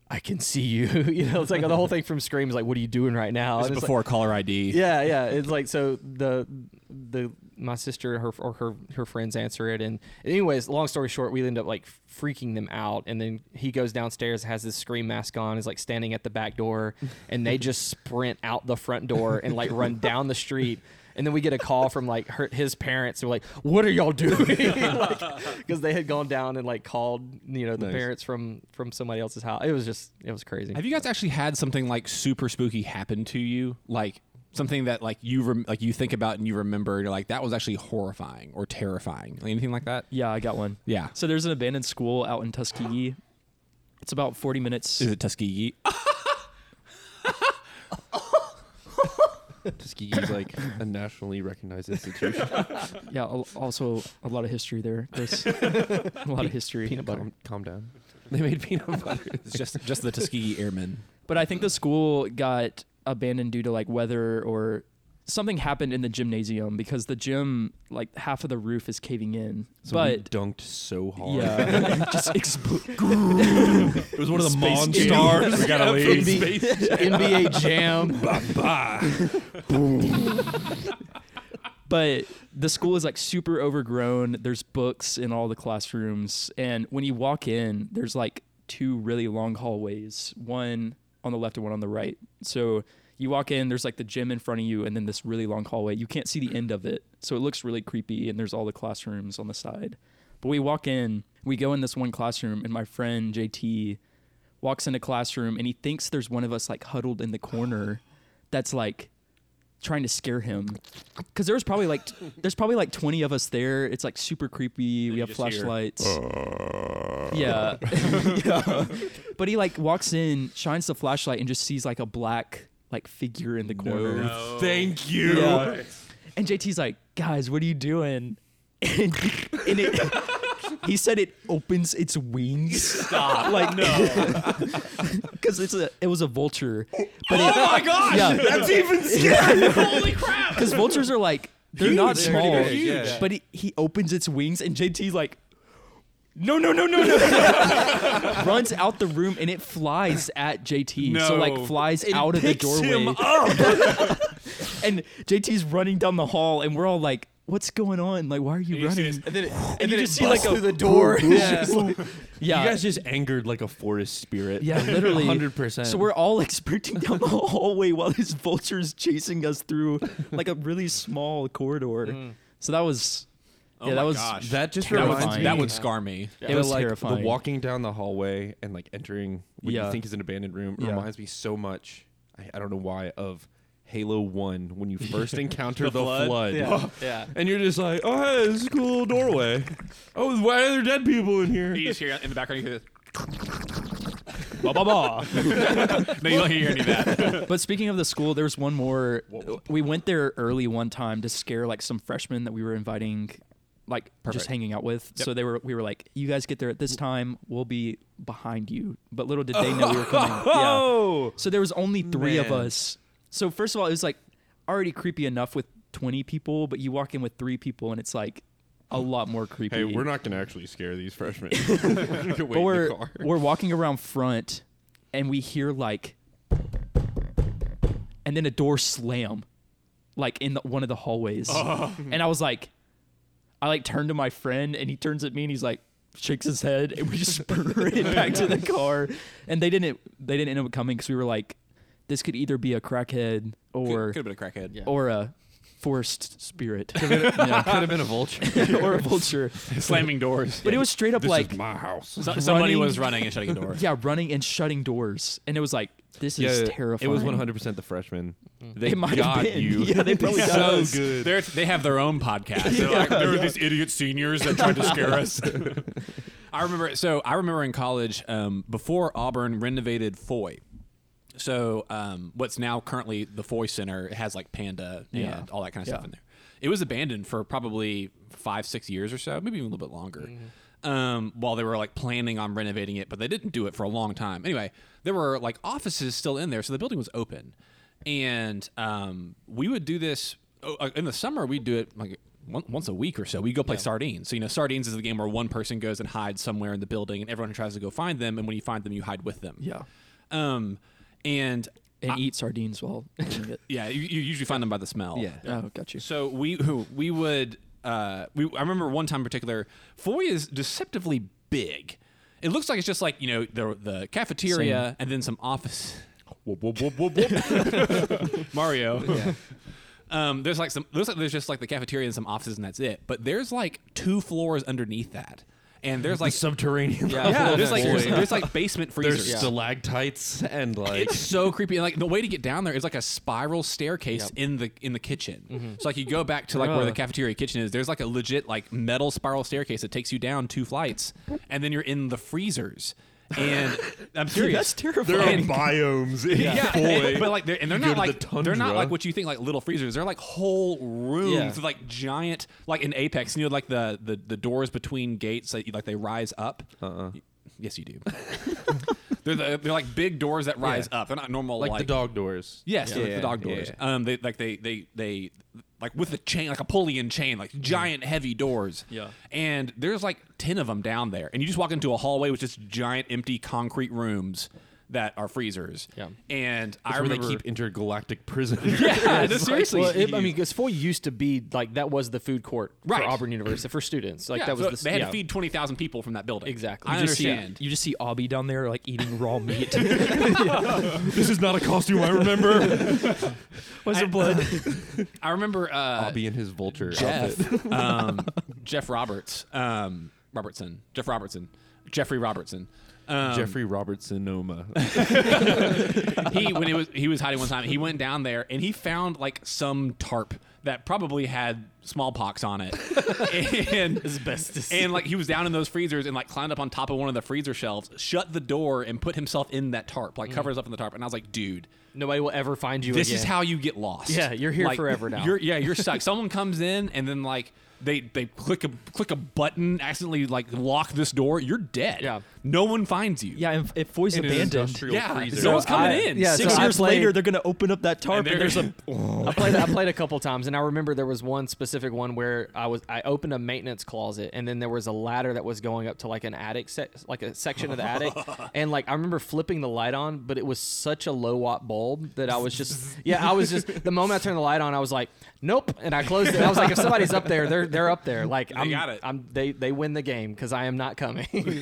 Speaker 1: I can see you. (laughs) You know, it's like the whole thing from Scream is like, what are you doing right now?
Speaker 2: This
Speaker 1: And
Speaker 2: is
Speaker 1: it's like-
Speaker 2: before caller ID.
Speaker 1: yeah, yeah. It's like so the the my sister her or her her friends answer it, and anyways, long story short, we end up like freaking them out, and then he goes downstairs, has this scream mask on, is like standing at the back door, and they just sprint out the front door and like run down the street. And then we get a call from like her, his parents. Who are like, "What are y'all doing?" (laughs) Because they had gone down and like called, you know, the
Speaker 2: Nice.
Speaker 1: parents from from somebody else's house. It was just, it was crazy.
Speaker 2: Have you guys actually had something like super spooky happen to you? Like something that like you rem- like you think about and you remember and you're like that was actually horrifying or terrifying. Like, anything like that?
Speaker 3: Yeah, I got one.
Speaker 2: Yeah.
Speaker 3: So there's an abandoned school out in Tuskegee. It's about 40 minutes.
Speaker 2: Is it Tuskegee?
Speaker 4: Tuskegee's like a nationally recognized (laughs) institution.
Speaker 3: Yeah, al- also a lot of history there, Chris. a lot of history.
Speaker 1: Peanut butter.
Speaker 4: calm, calm down. They made peanut butter.
Speaker 2: It's just just the Tuskegee Airmen.
Speaker 3: But I think the school got abandoned due to like weather or something happened in the gymnasium because the gym, like half of the roof is caving in.
Speaker 4: Somebody
Speaker 3: but
Speaker 4: dunked so hard. (laughs)
Speaker 3: yeah, (laughs) just explode.
Speaker 4: It was one of the
Speaker 3: Space
Speaker 4: monsters.
Speaker 2: We gotta leave.
Speaker 1: NBA
Speaker 4: (laughs)
Speaker 1: Jam.
Speaker 3: but the school is like super overgrown. There's books in all the classrooms, and when you walk in, there's like two really long hallways, one on the left and one on the right. So you walk in, there's like the gym in front of you, and then this really long hallway. You can't see the end of it, so it looks really creepy. And there's all the classrooms on the side. But we walk in, we go in this one classroom, and my friend JT walks in a classroom, and he thinks there's one of us like huddled in the corner, that's like trying to scare him because there was probably like t- there's probably like 20 of us there it's like super creepy we have
Speaker 2: just hear,
Speaker 3: flashlights yeah. (laughs) yeah but he like walks in shines the flashlight and just sees like a black like figure in the corner
Speaker 4: Thank you.
Speaker 3: Yeah. and jt's like guys what are you doing and, and it he said it opens its wings (laughs)
Speaker 2: Stop. like no.
Speaker 3: because it's a it was a vulture but oh my
Speaker 2: gosh!
Speaker 3: (laughs) yeah
Speaker 4: That's even scary.
Speaker 2: Holy crap.
Speaker 3: because vultures are like they're not
Speaker 4: They're
Speaker 3: small
Speaker 4: huge, yeah.
Speaker 3: but he, he opens its wings and JT's like no no no no no runs out the room and it flies at JT so
Speaker 4: No.
Speaker 3: like flies out of the doorway (laughs) and JT's running down the hall and we're all like what's going on like why are you, running
Speaker 1: And then, it, and
Speaker 3: you
Speaker 1: then
Speaker 3: just
Speaker 1: it
Speaker 3: see,
Speaker 1: busts
Speaker 3: like, a
Speaker 1: through the door.
Speaker 3: (laughs) Yeah. yeah
Speaker 4: You guys just angered like a forest spirit.
Speaker 3: yeah, literally,
Speaker 4: 100%.
Speaker 3: So we're all like sprinting down the hallway while this vulture is chasing us through like a really small corridor.
Speaker 1: Mm.
Speaker 3: So that was, yeah, that was
Speaker 4: That just
Speaker 3: That
Speaker 4: reminds
Speaker 3: was-
Speaker 4: me.
Speaker 2: that would scar me.
Speaker 3: it was
Speaker 4: like
Speaker 3: terrifying.
Speaker 4: The walking down the hallway and like entering what
Speaker 3: Yeah.
Speaker 4: you think is an abandoned room
Speaker 3: Yeah.
Speaker 4: reminds me so much. I, I don't know why of Halo One when
Speaker 3: (laughs)
Speaker 4: you first encounter the, flood.
Speaker 1: Yeah. yeah.
Speaker 4: (laughs) And you're just like, oh, hey, this is a cool little
Speaker 3: (laughs)
Speaker 4: doorway. Oh, why are there dead people in here?
Speaker 5: You just hear in the background. You hear this. Ba ba ba. (laughs) no, you don't hear any of that.
Speaker 3: But speaking of the school, there's one more. We went there early one time to scare like some freshmen that we were inviting, like just hanging out with. So they were we were like, you guys get there at this time, we'll be behind you. But little did they
Speaker 4: (laughs)
Speaker 3: know we were coming. Yeah.
Speaker 4: (laughs) Oh,
Speaker 3: So there was only three of
Speaker 4: Man.
Speaker 3: us. So first of all, it was like already creepy enough with 20 people, but you walk in with three people and it's like a
Speaker 4: Hmm.
Speaker 3: lot more creepy.
Speaker 4: hey, we're not gonna actually scare these freshmen. (laughs) we're gonna wait
Speaker 3: But
Speaker 4: in
Speaker 3: we're
Speaker 4: the (laughs) car.
Speaker 3: (laughs) we're walking around front, and we hear like, and then a door slam, like in the, one of the hallways,
Speaker 4: Oh.
Speaker 3: and I was like, I like turned to my friend, and he turns at me, and he's like, shakes his head, and we just (laughs) sprint back
Speaker 4: (laughs)
Speaker 3: to the car, and they didn't they didn't end up coming because we were like, this could either be a crackhead or
Speaker 2: Could have been a crackhead.
Speaker 1: Yeah.
Speaker 3: or a forest spirit
Speaker 4: Could have been a vulture.
Speaker 3: (laughs) or
Speaker 4: (laughs)
Speaker 3: a vulture,
Speaker 5: Slamming doors.
Speaker 3: but it was straight up
Speaker 4: This
Speaker 3: like
Speaker 4: is my house.
Speaker 5: So- somebody
Speaker 3: running-
Speaker 5: was running and shutting a door.
Speaker 3: yeah, running and shutting doors. And it was like, This
Speaker 4: Yeah,
Speaker 3: is
Speaker 4: it
Speaker 3: terrifying. Mm.
Speaker 4: was 100% the freshman. They
Speaker 3: It might have
Speaker 4: got
Speaker 3: been.
Speaker 4: you. (laughs)
Speaker 3: (laughs) Yeah, they probably
Speaker 4: so
Speaker 3: got us.
Speaker 4: good.
Speaker 5: They're, they have their own podcast.
Speaker 4: (laughs)
Speaker 5: They're like, there were these idiot seniors that tried to scare
Speaker 3: (laughs)
Speaker 5: us.
Speaker 2: I remember. So I remember in college, um, before Auburn renovated Foy. So um, what's now currently the Foy Center it has like Panda and
Speaker 3: Yeah.
Speaker 2: all that kind of stuff
Speaker 3: Yeah.
Speaker 2: in there. It was abandoned for probably five, six years or so, maybe even a little bit longer. Um, while they were like planning on renovating it, but they didn't do it for a long time. Anyway, there were like offices still in there, so the building was open, and um, we would do this oh, uh, in the summer. We'd do it like on- once a week or so. We go play sardines. So you know, sardines is the game where one person goes and hides somewhere in the building, and everyone tries to go find them. And when you find them, you hide with them.
Speaker 3: Yeah.
Speaker 2: Um, and
Speaker 3: and eat sardines while eating it.
Speaker 2: yeah, you, you usually find them by the smell.
Speaker 4: Yeah.
Speaker 3: Oh, got you.
Speaker 2: So we (laughs) we would uh, we I remember one time in particular, Foy is deceptively big. It looks like it's just like you know the the cafeteria and then some office. (laughs)
Speaker 4: Whoop, whoop, whoop, whoop, whoop.
Speaker 2: Mario. Um, there's like some. Looks like there's just like the cafeteria and some offices, and that's it. But there's like two floors underneath that, and there's like
Speaker 4: subterranean.
Speaker 1: Yeah.
Speaker 2: yeah, there's
Speaker 1: Oh,
Speaker 2: like
Speaker 1: boy.
Speaker 2: there's, there's, like basement freezers.
Speaker 4: There's stalactites and like
Speaker 2: It's so creepy. And like the way to get down there is like a spiral staircase
Speaker 1: Yep.
Speaker 2: in the in the kitchen.
Speaker 4: Mm-hmm.
Speaker 2: So like you go back to like where the
Speaker 3: Bruh.
Speaker 2: cafeteria kitchen is. There's like a legit like metal spiral staircase that takes you down two flights, and then you're in the freezers.
Speaker 4: (laughs)
Speaker 2: And I'm serious.
Speaker 3: that's
Speaker 4: there are
Speaker 3: terrifying.
Speaker 4: biomes. In (laughs)
Speaker 2: Yeah,
Speaker 4: Foy.
Speaker 2: and- (laughs) but like, they're, and they're
Speaker 4: You go
Speaker 2: not
Speaker 4: to
Speaker 2: like
Speaker 4: the
Speaker 2: they're
Speaker 4: tundra.
Speaker 2: not like what you think like little freezers. They're like whole rooms
Speaker 1: Yeah.
Speaker 2: with like giant like in Apex. You know, like the the, the doors between gates that you, like they rise up. Uh-uh. Yes, you do. (laughs) they're the, they're like big doors that rise up. They're not normal
Speaker 4: like,
Speaker 2: like,
Speaker 4: the dog doors.
Speaker 2: Yes, like
Speaker 4: Yeah,
Speaker 2: the dog
Speaker 4: yeah,
Speaker 2: doors. Um, they like they they they like with a chain, like a pulley and chain, like giant heavy doors.
Speaker 3: Yeah.
Speaker 2: And there's like ten of them down there, and you just walk into a hallway with just giant empty concrete rooms that are freezers.
Speaker 1: Yeah.
Speaker 2: And I
Speaker 4: That's where they
Speaker 2: remember.
Speaker 4: keep intergalactic
Speaker 2: (laughs)
Speaker 4: prisoners.
Speaker 2: yeah, no, seriously.
Speaker 1: Well, it, I mean, because Foy used to be like that was the food court
Speaker 2: Right.
Speaker 1: for Auburn University for students. Like
Speaker 2: Yeah,
Speaker 1: that was
Speaker 2: so
Speaker 1: the s-
Speaker 2: they had
Speaker 1: yeah.
Speaker 2: to feed twenty thousand people from that building.
Speaker 1: Exactly.
Speaker 2: I
Speaker 1: You just
Speaker 3: see-
Speaker 2: understand.
Speaker 3: you just see Abby down there like eating (laughs) raw
Speaker 4: (laughs)
Speaker 3: meat.
Speaker 4: this is not a costume I
Speaker 2: (laughs)
Speaker 4: remember.
Speaker 3: Was it blood?
Speaker 2: I remember. Uh,
Speaker 4: Bobby and his vulture. outfit.
Speaker 2: Jeff, (laughs) um, Jeff Roberts, um, Robertson, Jeff Robertson, Jeffrey Robertson. Um,
Speaker 4: Jeffrey Robertson Noma.
Speaker 2: (laughs) he when it was he was hiding one time he went down there and he found like some tarp that probably had smallpox on it (laughs) and
Speaker 1: Asbestos.
Speaker 2: and like he was down in those freezers and like climbed up on top of one of the freezer shelves shut the door and put himself in that tarp like covers up in the tarp and i was like dude
Speaker 1: Nobody will ever find you.
Speaker 2: this
Speaker 1: again.
Speaker 2: is how you get lost
Speaker 1: Yeah, you're here
Speaker 2: Like,
Speaker 1: forever now.
Speaker 2: you're, yeah you're stuck someone comes in and then like they, they click a click a button accidentally like lock this door you're dead
Speaker 1: Yeah.
Speaker 2: no one finds you
Speaker 3: yeah, if,
Speaker 2: (laughs)
Speaker 3: if Foy's
Speaker 4: In an
Speaker 3: abandoned,
Speaker 4: industrial
Speaker 2: yeah
Speaker 4: freezer.
Speaker 2: no one's
Speaker 3: So
Speaker 2: coming
Speaker 3: I-
Speaker 2: in
Speaker 3: yeah, six
Speaker 1: so I
Speaker 3: years
Speaker 1: played-
Speaker 3: later, they're going to open up that tarp and,
Speaker 2: there-
Speaker 3: there's a
Speaker 1: I played. I played a couple times, and I remember there was one specific one where I was. I opened a maintenance closet, and then there was a ladder that was going up to like an attic, se- like a section of the
Speaker 2: (laughs)
Speaker 1: attic, and like I remember flipping the light on, but it was such a low watt bulb that I was just.
Speaker 2: (laughs)
Speaker 1: Yeah, I was just. The moment I turned the light on, I was like, nope, and I closed it. I was like, if somebody's up there, they're they're up there. Like I'm,
Speaker 2: got it.
Speaker 1: I'm they they win the game because I am not
Speaker 2: (laughs)
Speaker 1: coming. (laughs)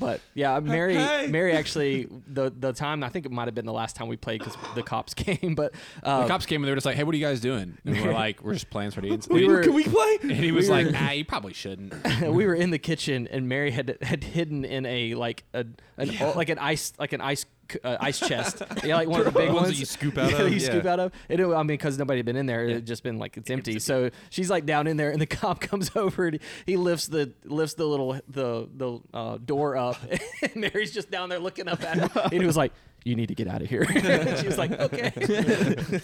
Speaker 1: but yeah, uh, Mary Mary actually the the time I think it might have been the last time we played because the cops (laughs) came, but. Um,
Speaker 2: (laughs) The cops came and they were just like, "Hey, what are you guys doing?" And we're like, "We're just playing sardines." And
Speaker 1: We
Speaker 2: he-
Speaker 1: were-
Speaker 2: and
Speaker 1: Can
Speaker 2: he,
Speaker 1: we
Speaker 2: play? (laughs) And he was
Speaker 1: We
Speaker 2: like,
Speaker 1: were-
Speaker 2: "Ah, you probably shouldn't."
Speaker 1: (laughs) we were in the kitchen and Mary had had hidden in a like a an like an ice like an ice c- uh, ice (laughs) chest. Yeah, like one of the big
Speaker 4: Ones
Speaker 1: ones
Speaker 4: that you
Speaker 3: (laughs)
Speaker 4: scoop
Speaker 1: (laughs)
Speaker 4: out
Speaker 1: yeah,
Speaker 4: of,
Speaker 1: You
Speaker 4: yeah.
Speaker 1: scoop out of. It, I mean, because nobody had been in there, it had just been like it's empty. So she's like down in there, and the (laughs) cop comes over and he lifts the lifts the little the the uh, door up, (laughs) and Mary's just down there looking up (laughs) at him, and he was like. You need to get out of here. (laughs) she was like, "Okay." (laughs)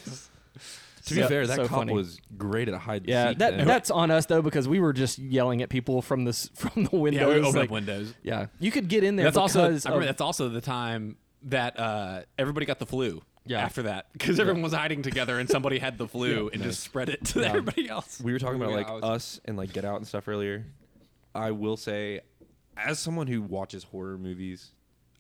Speaker 4: to be
Speaker 1: So-
Speaker 4: fair, that
Speaker 1: so
Speaker 4: cop
Speaker 1: funny.
Speaker 4: was great at hide the
Speaker 1: Yeah,
Speaker 4: seek
Speaker 1: that,
Speaker 4: then.
Speaker 1: that's on us though because we were just yelling at people from this (laughs) from the windows.
Speaker 2: yeah, we opened
Speaker 1: like-
Speaker 2: up windows.
Speaker 1: yeah, you could get in there.
Speaker 2: That's also. I
Speaker 1: because
Speaker 2: remember
Speaker 1: of-
Speaker 2: that's also the time that uh, everybody got the flu.
Speaker 1: Yeah.
Speaker 2: After that, because everyone was hiding together and somebody had the flu and just spread it to everybody else.
Speaker 4: we were talking about
Speaker 2: Yeah,
Speaker 4: like
Speaker 2: I was-
Speaker 4: us and like Get Out and stuff earlier. I will say, as someone who watches horror movies,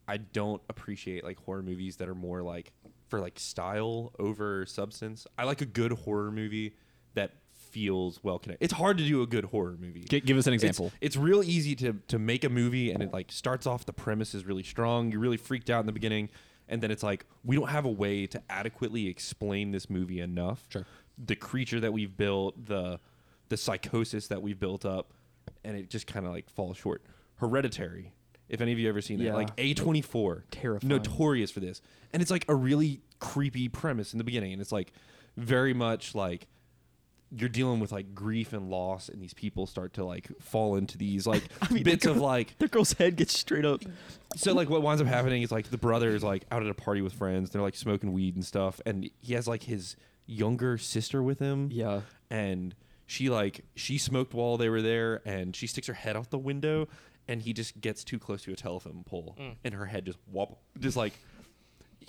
Speaker 4: I don't appreciate like horror movies that are more like for like style over substance. I like a good horror movie that feels well connected. It's hard to do a good horror movie.
Speaker 2: Gi- give us an
Speaker 4: It's-
Speaker 2: example.
Speaker 4: It's, real easy to to make a movie and it like starts off the premise is really strong. You're really freaked out in the beginning, and then it's like we don't have a way to adequately explain this movie enough.
Speaker 2: Sure.
Speaker 4: The creature that we've built, the the psychosis that we've built up, and it just kind of like falls short. Hereditary If any of you ever seen
Speaker 3: Yeah.
Speaker 4: that, like A24,
Speaker 3: Terrifying.
Speaker 4: notorious for this, and it's like a really creepy premise in the beginning, and it's like very much like you're dealing with like grief and loss, and these people start to like fall into these like bits of like
Speaker 3: The girl's head gets straight up.
Speaker 4: so like what winds up happening is like the brother is like out at a party with friends. They're like smoking weed and stuff, and he has like his younger sister with him.
Speaker 3: Yeah.
Speaker 4: and she like she smoked while they were there, and she sticks her head out the window, and he just gets too close to a telephone pole, and her head just wop, just like.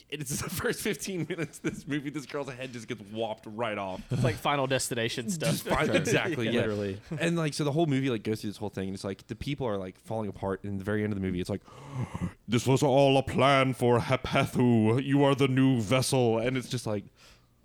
Speaker 4: It's the (laughs) first 15 minutes of this movie. This girl's head just gets whopped right off.
Speaker 1: It's like Final Destination (laughs)
Speaker 4: Just
Speaker 1: stuff.
Speaker 4: fine- Exactly. yeah.
Speaker 3: Literally.
Speaker 4: And like, so the whole movie like goes through this whole thing, and it's like the people are like falling apart. And at the very end of the movie, it's like, (gasps) this was all a plan for Hepathu. You are the new vessel, and it's just like.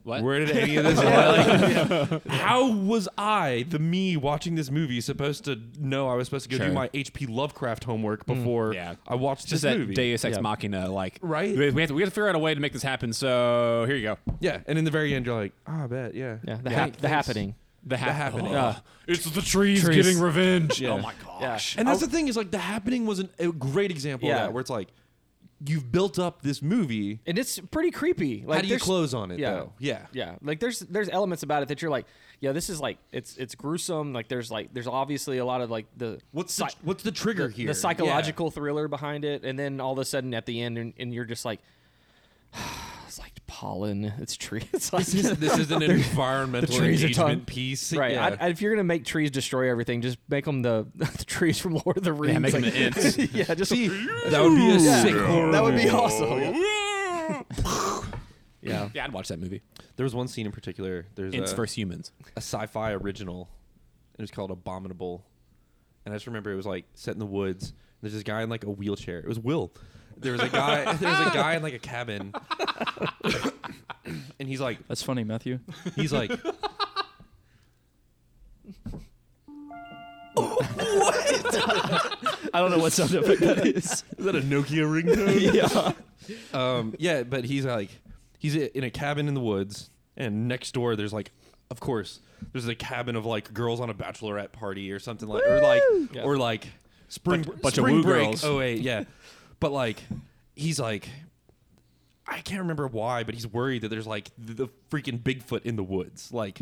Speaker 2: What?
Speaker 4: Where did any of this? like, (laughs) how was I, the me watching this movie, supposed to know I was supposed to go
Speaker 2: Sure.
Speaker 4: do my H.P. Lovecraft homework before
Speaker 2: Yeah.
Speaker 4: I watched
Speaker 2: Just
Speaker 4: this
Speaker 2: that
Speaker 4: movie?
Speaker 2: Deus Ex
Speaker 3: Yeah.
Speaker 2: Machina, like
Speaker 4: Right?
Speaker 2: We we have, to, we have to figure out a way to make this happen. So here you go.
Speaker 4: yeah, and in the very end, you're like, ah, I bet, yeah,
Speaker 1: yeah, the,
Speaker 4: Thank-
Speaker 1: hap- the
Speaker 4: thanks.
Speaker 1: happening.
Speaker 2: The, oh,
Speaker 4: The happening.
Speaker 1: Yeah.
Speaker 2: It's the trees,
Speaker 1: Trees.
Speaker 2: getting revenge.
Speaker 4: Yeah.
Speaker 2: Oh my gosh.
Speaker 4: And that's the thing is like the happening was an, a great example of
Speaker 1: Yeah.
Speaker 4: that where it's like you've built up this movie.
Speaker 1: And it's pretty creepy. Like
Speaker 4: How do you
Speaker 1: there's-
Speaker 4: close on it
Speaker 1: yeah.
Speaker 4: though? Yeah.
Speaker 1: Yeah, like there's there's elements about it that you're like, yeah, this is like it's it's gruesome. Like there's like there's obviously a lot of like the
Speaker 4: What's
Speaker 1: psych-
Speaker 4: the, what's the trigger here?
Speaker 1: the psychological thriller behind it, and then all of a sudden at the end, and, and you're just like, (sighs) it's like pollen, it's tree, (laughs) it's
Speaker 4: (laughs)
Speaker 1: like
Speaker 4: Yeah. this isn't an environmental
Speaker 1: trees are
Speaker 4: engagement
Speaker 1: done.
Speaker 4: piece.
Speaker 1: right.
Speaker 4: Yeah.
Speaker 1: I, I- if you're gonna make trees destroy everything, just make them the, (laughs) the trees from Lord of the Rings.
Speaker 2: Yeah, make 'em
Speaker 1: like-
Speaker 2: the ants.
Speaker 1: (laughs) yeah, just
Speaker 4: See, that would be a
Speaker 1: Yeah.
Speaker 4: sick horror.
Speaker 1: That would be awesome. Yeah. Yeah.
Speaker 2: Yeah, I'd watch that movie.
Speaker 4: There was one scene in particular. There's
Speaker 2: It's
Speaker 4: a,
Speaker 2: versus humans.
Speaker 4: a sci-fi original. It was called Abominable, and I just remember it was like set in the woods. There's this guy in like a wheelchair. It was Will. There was a guy. (laughs) there was a guy in like a (laughs) cabin, and he's like
Speaker 3: That's funny, Matthew.
Speaker 4: He's like,
Speaker 3: I don't know what sound effect that is.
Speaker 4: is that a Nokia ringtone?
Speaker 3: yeah.
Speaker 4: um, (laughs) yeah, but he's like, he's in a cabin in the woods, and next door there's like, of course, there's a cabin of like girls on a bachelorette party or something like, or like,
Speaker 1: Yeah.
Speaker 4: or like spring,
Speaker 2: bunch of
Speaker 4: spring
Speaker 2: woo
Speaker 4: break.
Speaker 2: girls.
Speaker 4: Oh wait, yeah, but like, he's like. I can't remember why, but he's worried that there's like the, the freaking Bigfoot in the woods, like,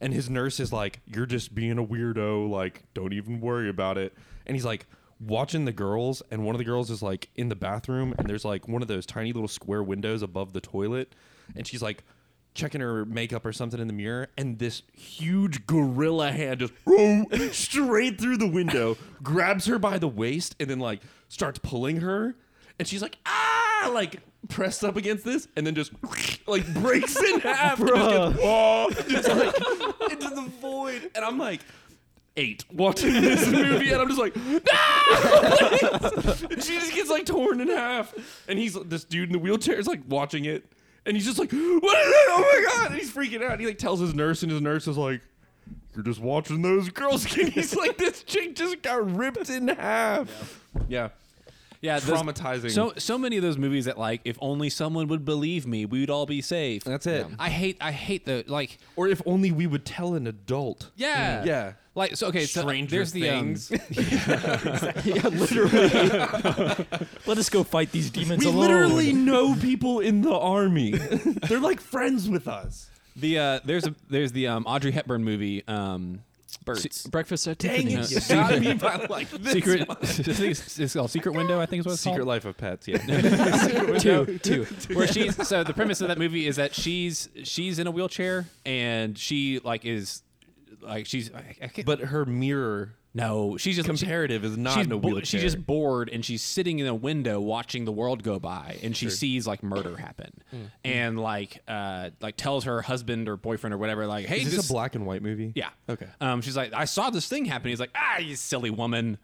Speaker 4: and his nurse is like, "You're just being a weirdo. Like, don't even worry about it." And he's like watching the girls, and one of the girls is like in the bathroom, and there's like one of those tiny little square windows above the toilet, and she's like checking her makeup or something in the mirror, and this huge gorilla hand just (laughs) straight through the window, grabs her by the waist, and then like starts pulling her. And she's like, ah, like pressed up against this, and then just (laughs) like breaks in half. and just gets, "Whoa," just like (laughs) into the void. And I'm like, eight watching this movie, and I'm just like, no! and (laughs) she just gets like torn in half. And he's this dude in the wheelchair is like watching it, and he's just like, (laughs) what is it? Oh my god! And he's freaking out. And he like tells his nurse, and his nurse is like, you're just watching those girls. And (laughs) he's like, this chick just got ripped in half. Yeah.
Speaker 2: Yeah, those-
Speaker 4: Traumatizing.
Speaker 2: So so many of those movies that like, if only someone would believe me, we'd all be safe.
Speaker 4: That's it.
Speaker 2: I hate I hate the like.
Speaker 4: Or if only we would tell an adult.
Speaker 2: Yeah.
Speaker 4: Yeah.
Speaker 2: Like so. Okay. So
Speaker 4: Mm. Stranger
Speaker 2: there's the um,
Speaker 4: Things.
Speaker 3: Yeah, literally. Let us go fight these demons
Speaker 4: We
Speaker 3: alone. (laughs)
Speaker 4: literally know people in the army. They're like friends with us.
Speaker 2: the uh, there's a there's the um, Audrey Hepburn movie. Um,
Speaker 1: birds.
Speaker 3: Breakfast at
Speaker 4: Dang
Speaker 3: Tiffany's.
Speaker 4: it, you gotta be by like this.
Speaker 2: Secret. (laughs) I think it's, it's called Secret Window. I think is what it's called.
Speaker 4: Life of Pets, yeah.
Speaker 2: two, two. Where she's so the premise of that movie is that she's she's in a wheelchair and she like is like she's (laughs) I, I can't,
Speaker 4: but her mirror
Speaker 2: no she's just
Speaker 4: comparative is not
Speaker 2: she's
Speaker 4: in a
Speaker 2: bo-
Speaker 4: wheelchair.
Speaker 2: she's just bored and she's sitting in a window watching the world go by and she sees like murder happen
Speaker 4: Hmm.
Speaker 2: and like uh like tells her husband or boyfriend or whatever like hey
Speaker 4: Is this a black and white movie?
Speaker 2: yeah.
Speaker 4: (laughs) Okay.
Speaker 2: Um, she's like, I saw this thing happen. He's like, Ah, you silly
Speaker 4: (laughs)
Speaker 2: woman.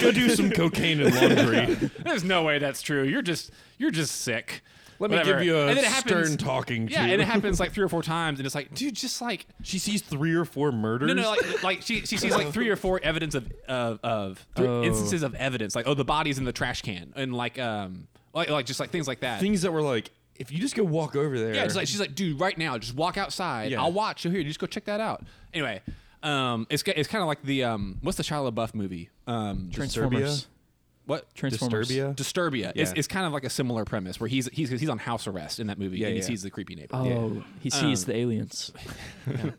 Speaker 4: Go do some cocaine and (laughs) laundry.
Speaker 2: There's no way that's true. You're just you're just sick.
Speaker 4: Let me give you a
Speaker 2: and then it happens,
Speaker 4: stern talking to.
Speaker 2: Yeah, and it happens like three
Speaker 4: (laughs)
Speaker 2: or four times, and it's like, dude, just like
Speaker 4: She sees three or four murders.
Speaker 2: no, no, like like she she sees like three or four evidence of of, of three
Speaker 3: Oh.
Speaker 2: instances of evidence, like oh the body's in the trash can, and like um like, like just like things like that.
Speaker 4: Things that were like, if you just go walk over there.
Speaker 2: yeah, it's like she's like, dude, right now, just walk outside.
Speaker 4: Yeah.
Speaker 2: I'll watch. You'll hear. Just go check that out. Anyway, um, it's ki- it's kind of like the um, what's the Shia LaBeouf movie? Um,
Speaker 3: Transformers.
Speaker 2: what
Speaker 3: Transformers.
Speaker 4: Disturbia?
Speaker 2: Disturbia. It's,
Speaker 4: Yeah.
Speaker 2: it's kind of like a similar premise where he's he's he's on house arrest in that movie
Speaker 4: Yeah,
Speaker 2: and
Speaker 4: yeah.
Speaker 2: he sees the creepy neighbor.
Speaker 3: Oh, he sees
Speaker 2: Um,
Speaker 3: the aliens.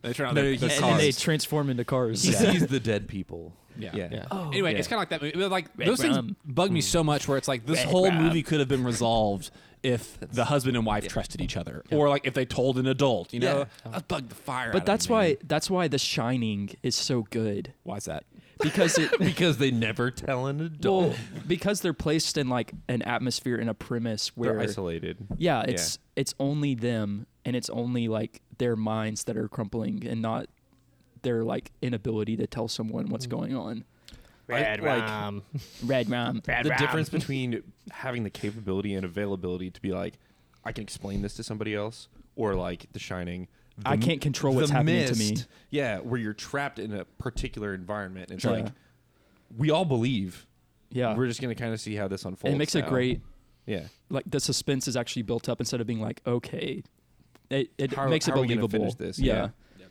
Speaker 2: They turn out
Speaker 4: They're
Speaker 2: they're,
Speaker 4: just-
Speaker 2: they're
Speaker 3: And, and they
Speaker 2: cars.
Speaker 3: transform into cars.
Speaker 4: He sees the dead people.
Speaker 2: Yeah.
Speaker 1: Yeah.
Speaker 3: Oh,
Speaker 2: Anyway,
Speaker 4: Yeah.
Speaker 2: it's kind of like that movie. Like
Speaker 3: Red
Speaker 2: those things
Speaker 3: Rum.
Speaker 2: bug me so much where it's like this
Speaker 3: Red
Speaker 2: whole
Speaker 3: Rum.
Speaker 2: movie could have been resolved if the husband and wife trusted each other or like if they told an adult, you know. That bugged the fire out
Speaker 3: (laughs) but
Speaker 2: of
Speaker 3: that's
Speaker 2: me, man.
Speaker 3: why that's why The Shining is so good
Speaker 2: Why is that?
Speaker 4: (laughs)
Speaker 3: because it
Speaker 4: because they never tell an adult.
Speaker 3: well, because they're placed in like an atmosphere and a premise where
Speaker 4: They're isolated.
Speaker 3: yeah, it's it's only them and it's only like their minds that are crumpling and not their like inability to tell someone
Speaker 4: Mm.
Speaker 3: what's going on.
Speaker 4: Red
Speaker 1: Um,
Speaker 3: Red Ram.
Speaker 4: the
Speaker 3: (laughs)
Speaker 4: difference between having the capability and availability to be like, I can explain this to somebody else, or like The Shining. The
Speaker 3: I
Speaker 4: m-
Speaker 3: can't control what's
Speaker 4: the
Speaker 3: happening to
Speaker 4: mist,
Speaker 3: me.
Speaker 4: Yeah, where you're trapped in a particular environment. And it's
Speaker 3: Sure.
Speaker 4: like, we all believe.
Speaker 3: Yeah.
Speaker 4: We're just going to kind of see how this unfolds.
Speaker 3: And it makes a
Speaker 4: now.
Speaker 3: great
Speaker 4: Yeah.
Speaker 3: like the suspense is actually built up instead of being like okay it, it
Speaker 4: How-
Speaker 3: makes it
Speaker 4: how are we gonna
Speaker 3: believable
Speaker 4: finish this?
Speaker 3: yeah,
Speaker 4: Yeah.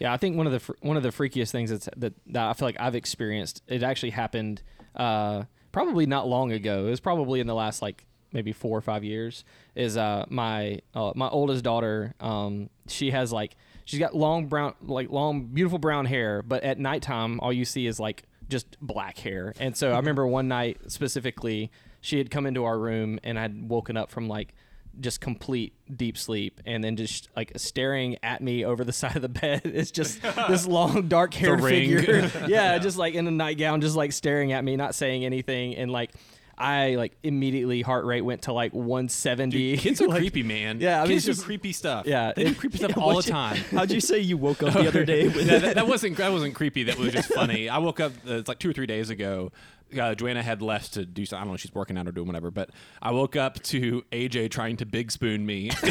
Speaker 1: Yeah, I think one of the fr- one of the freakiest things that's, that that I feel like I've experienced it actually happened uh, probably not long ago. It was probably in the last like maybe four or five years. Is uh, my uh, my oldest daughter? Um, she has like she's got long brown like long beautiful brown hair, but at nighttime all you see is like just black hair. And so I remember one night specifically, she had come into our room and I'd woken up from like just complete deep sleep and then just like staring at me over the (laughs) side of the bed it's just this long dark haired
Speaker 2: ring.
Speaker 1: figure (laughs) yeah, just like in a nightgown just like staring at me not saying anything and like i like immediately heart rate went to like 170
Speaker 2: Kids
Speaker 1: (laughs)
Speaker 2: are
Speaker 1: Like,
Speaker 2: creepy, man.
Speaker 1: yeah, I mean,
Speaker 2: kids
Speaker 1: it's
Speaker 2: do
Speaker 1: just-
Speaker 2: creepy stuff.
Speaker 1: yeah
Speaker 2: they do
Speaker 1: it- (laughs)
Speaker 2: creepy stuff all the time.
Speaker 3: how'd you say you woke up the other day with
Speaker 2: that, that- that wasn't that wasn't creepy. That was just funny. I woke up. Uh, it's like two or three days ago. Uh, Joanna had left to do something. I don't know. if She's working out or doing whatever. But I woke up to AJ trying to big spoon me. (laughs)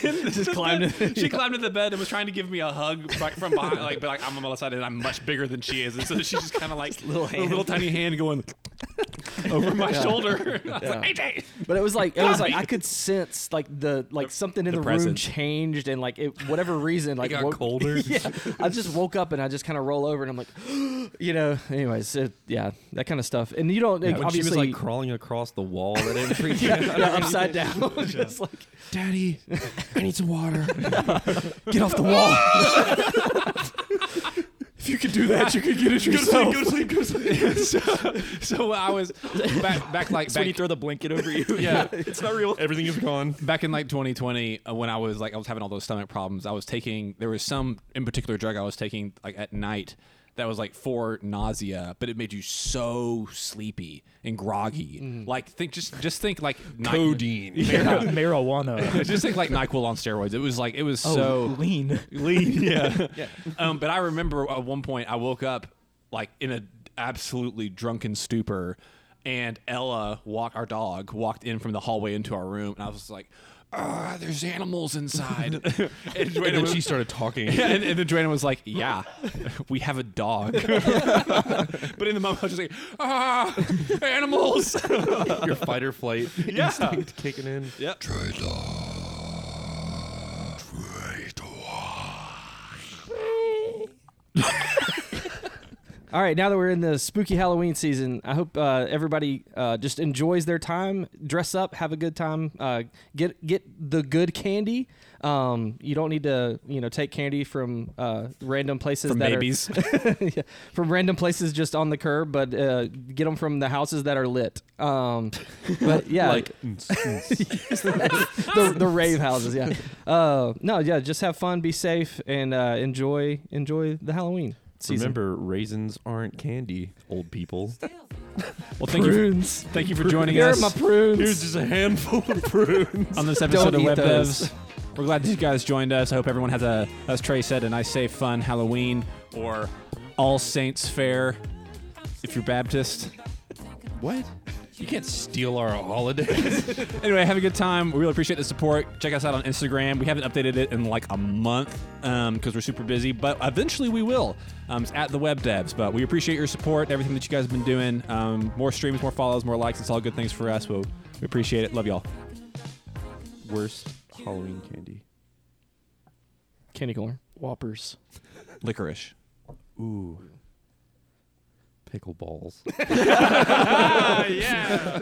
Speaker 2: just climbed. she climbed into the bed and was trying to give me a hug like, from behind. Like, but like I'm on the other side and I'm much bigger than she is. And so she's just kind of like little, a little tiny hand (laughs) going over my shoulder. (laughs) I was like, AJ.
Speaker 1: but it was like it was like i could sense like the like something in the,
Speaker 2: the
Speaker 1: room
Speaker 2: presence.
Speaker 1: changed and like it whatever reason like
Speaker 4: got
Speaker 1: woke-
Speaker 2: (laughs)
Speaker 4: (laughs) colder?
Speaker 1: yeah i just woke up and i just kind of roll over and i'm like (gasps) you know anyways it, yeah that kind of stuff and you don't
Speaker 4: When
Speaker 1: obviously
Speaker 4: she was like crawling across the wall, (laughs) that didn't freak
Speaker 1: (laughs)
Speaker 4: you
Speaker 1: yeah,
Speaker 4: out.
Speaker 1: yeah, upside
Speaker 4: (laughs)
Speaker 1: down (laughs) just like
Speaker 4: Daddy, I need some (laughs) water.
Speaker 1: get off the wall
Speaker 2: If you could do that, you could get it (laughs) yourself. Go to sleep, go to sleep, go to sleep. (laughs) so, so I was back, back like
Speaker 3: when you
Speaker 2: back,
Speaker 3: throw the blanket over
Speaker 4: (laughs)
Speaker 3: you
Speaker 2: yeah,
Speaker 3: it's not real
Speaker 4: Everything is gone.
Speaker 2: back in like 2020 uh, when i was like i was having all those stomach problems i was taking there was some in particular drug i was taking like at night that was like for nausea but it made you so sleepy and groggy like think just just think like Ni-
Speaker 4: Codeine.
Speaker 2: (laughs) yeah.
Speaker 3: (laughs) marijuana
Speaker 2: just think like nyquil on steroids it was like it was
Speaker 3: oh
Speaker 2: so
Speaker 3: lean
Speaker 2: lean. (laughs) Yeah. Um, but I remember at one point I woke up like in a absolutely drunken stupor, and Ella walk our dog walked in from the hallway into our room, and I was just like, "Ah, there's animals
Speaker 4: (laughs)
Speaker 2: inside." and, Joanna
Speaker 4: And then
Speaker 2: was-
Speaker 4: she started
Speaker 2: (laughs)
Speaker 4: talking.
Speaker 2: yeah, and, and then Joanna was
Speaker 4: (laughs)
Speaker 2: like, "Yeah, we have a dog." but in the moment, I was just like, "Ah, animals!"
Speaker 4: Your fight or flight
Speaker 2: Yeah.
Speaker 4: instinct kicking in.
Speaker 2: yeah.
Speaker 1: All right, now that we're in the spooky Halloween season, I hope uh, everybody uh, just enjoys their time, dress up, have a good time, uh, get get the good candy. Um, you don't need to, you know, take candy from uh, random places
Speaker 2: From
Speaker 1: that
Speaker 2: babies.
Speaker 1: are (laughs) Yeah, from random places just on the curb, but uh, get them from the houses that are lit.
Speaker 4: (laughs)
Speaker 1: Um, but yeah,
Speaker 4: Like, mm.
Speaker 1: (laughs) the, the rave houses. Yeah, uh, no, yeah, just have fun, be safe, and uh, enjoy enjoy the Halloween season.
Speaker 4: remember, raisins aren't candy, old people.
Speaker 2: Well, thank you,
Speaker 1: prunes.
Speaker 2: thank you for joining
Speaker 1: Here are
Speaker 2: us.
Speaker 1: my prunes.
Speaker 4: just a handful of (laughs) prunes.
Speaker 2: on this
Speaker 1: (laughs)
Speaker 2: episode
Speaker 1: Don't
Speaker 2: of
Speaker 1: eat
Speaker 2: Web
Speaker 1: those.
Speaker 2: Devs. We're glad that you guys joined us. I hope everyone has a, as Trey said, a nice, safe, fun Halloween or All Saints Fair. If you're Baptist,
Speaker 4: What? You can't steal our holidays.
Speaker 2: anyway, have a good time. We really appreciate the support. Check us out on Instagram. We haven't updated it in like a month because we're super busy, but eventually we will. Um, it's at the Web Devs, but we appreciate your support, everything that you guys have been doing. Um, more streams, more follows, more likes. It's all good things for us. We'll, we appreciate it. Love y'all.
Speaker 4: Worst Halloween candy.
Speaker 1: candy corn.
Speaker 3: whoppers
Speaker 2: Licorice.
Speaker 4: Ooh. Pickle balls.
Speaker 2: yeah.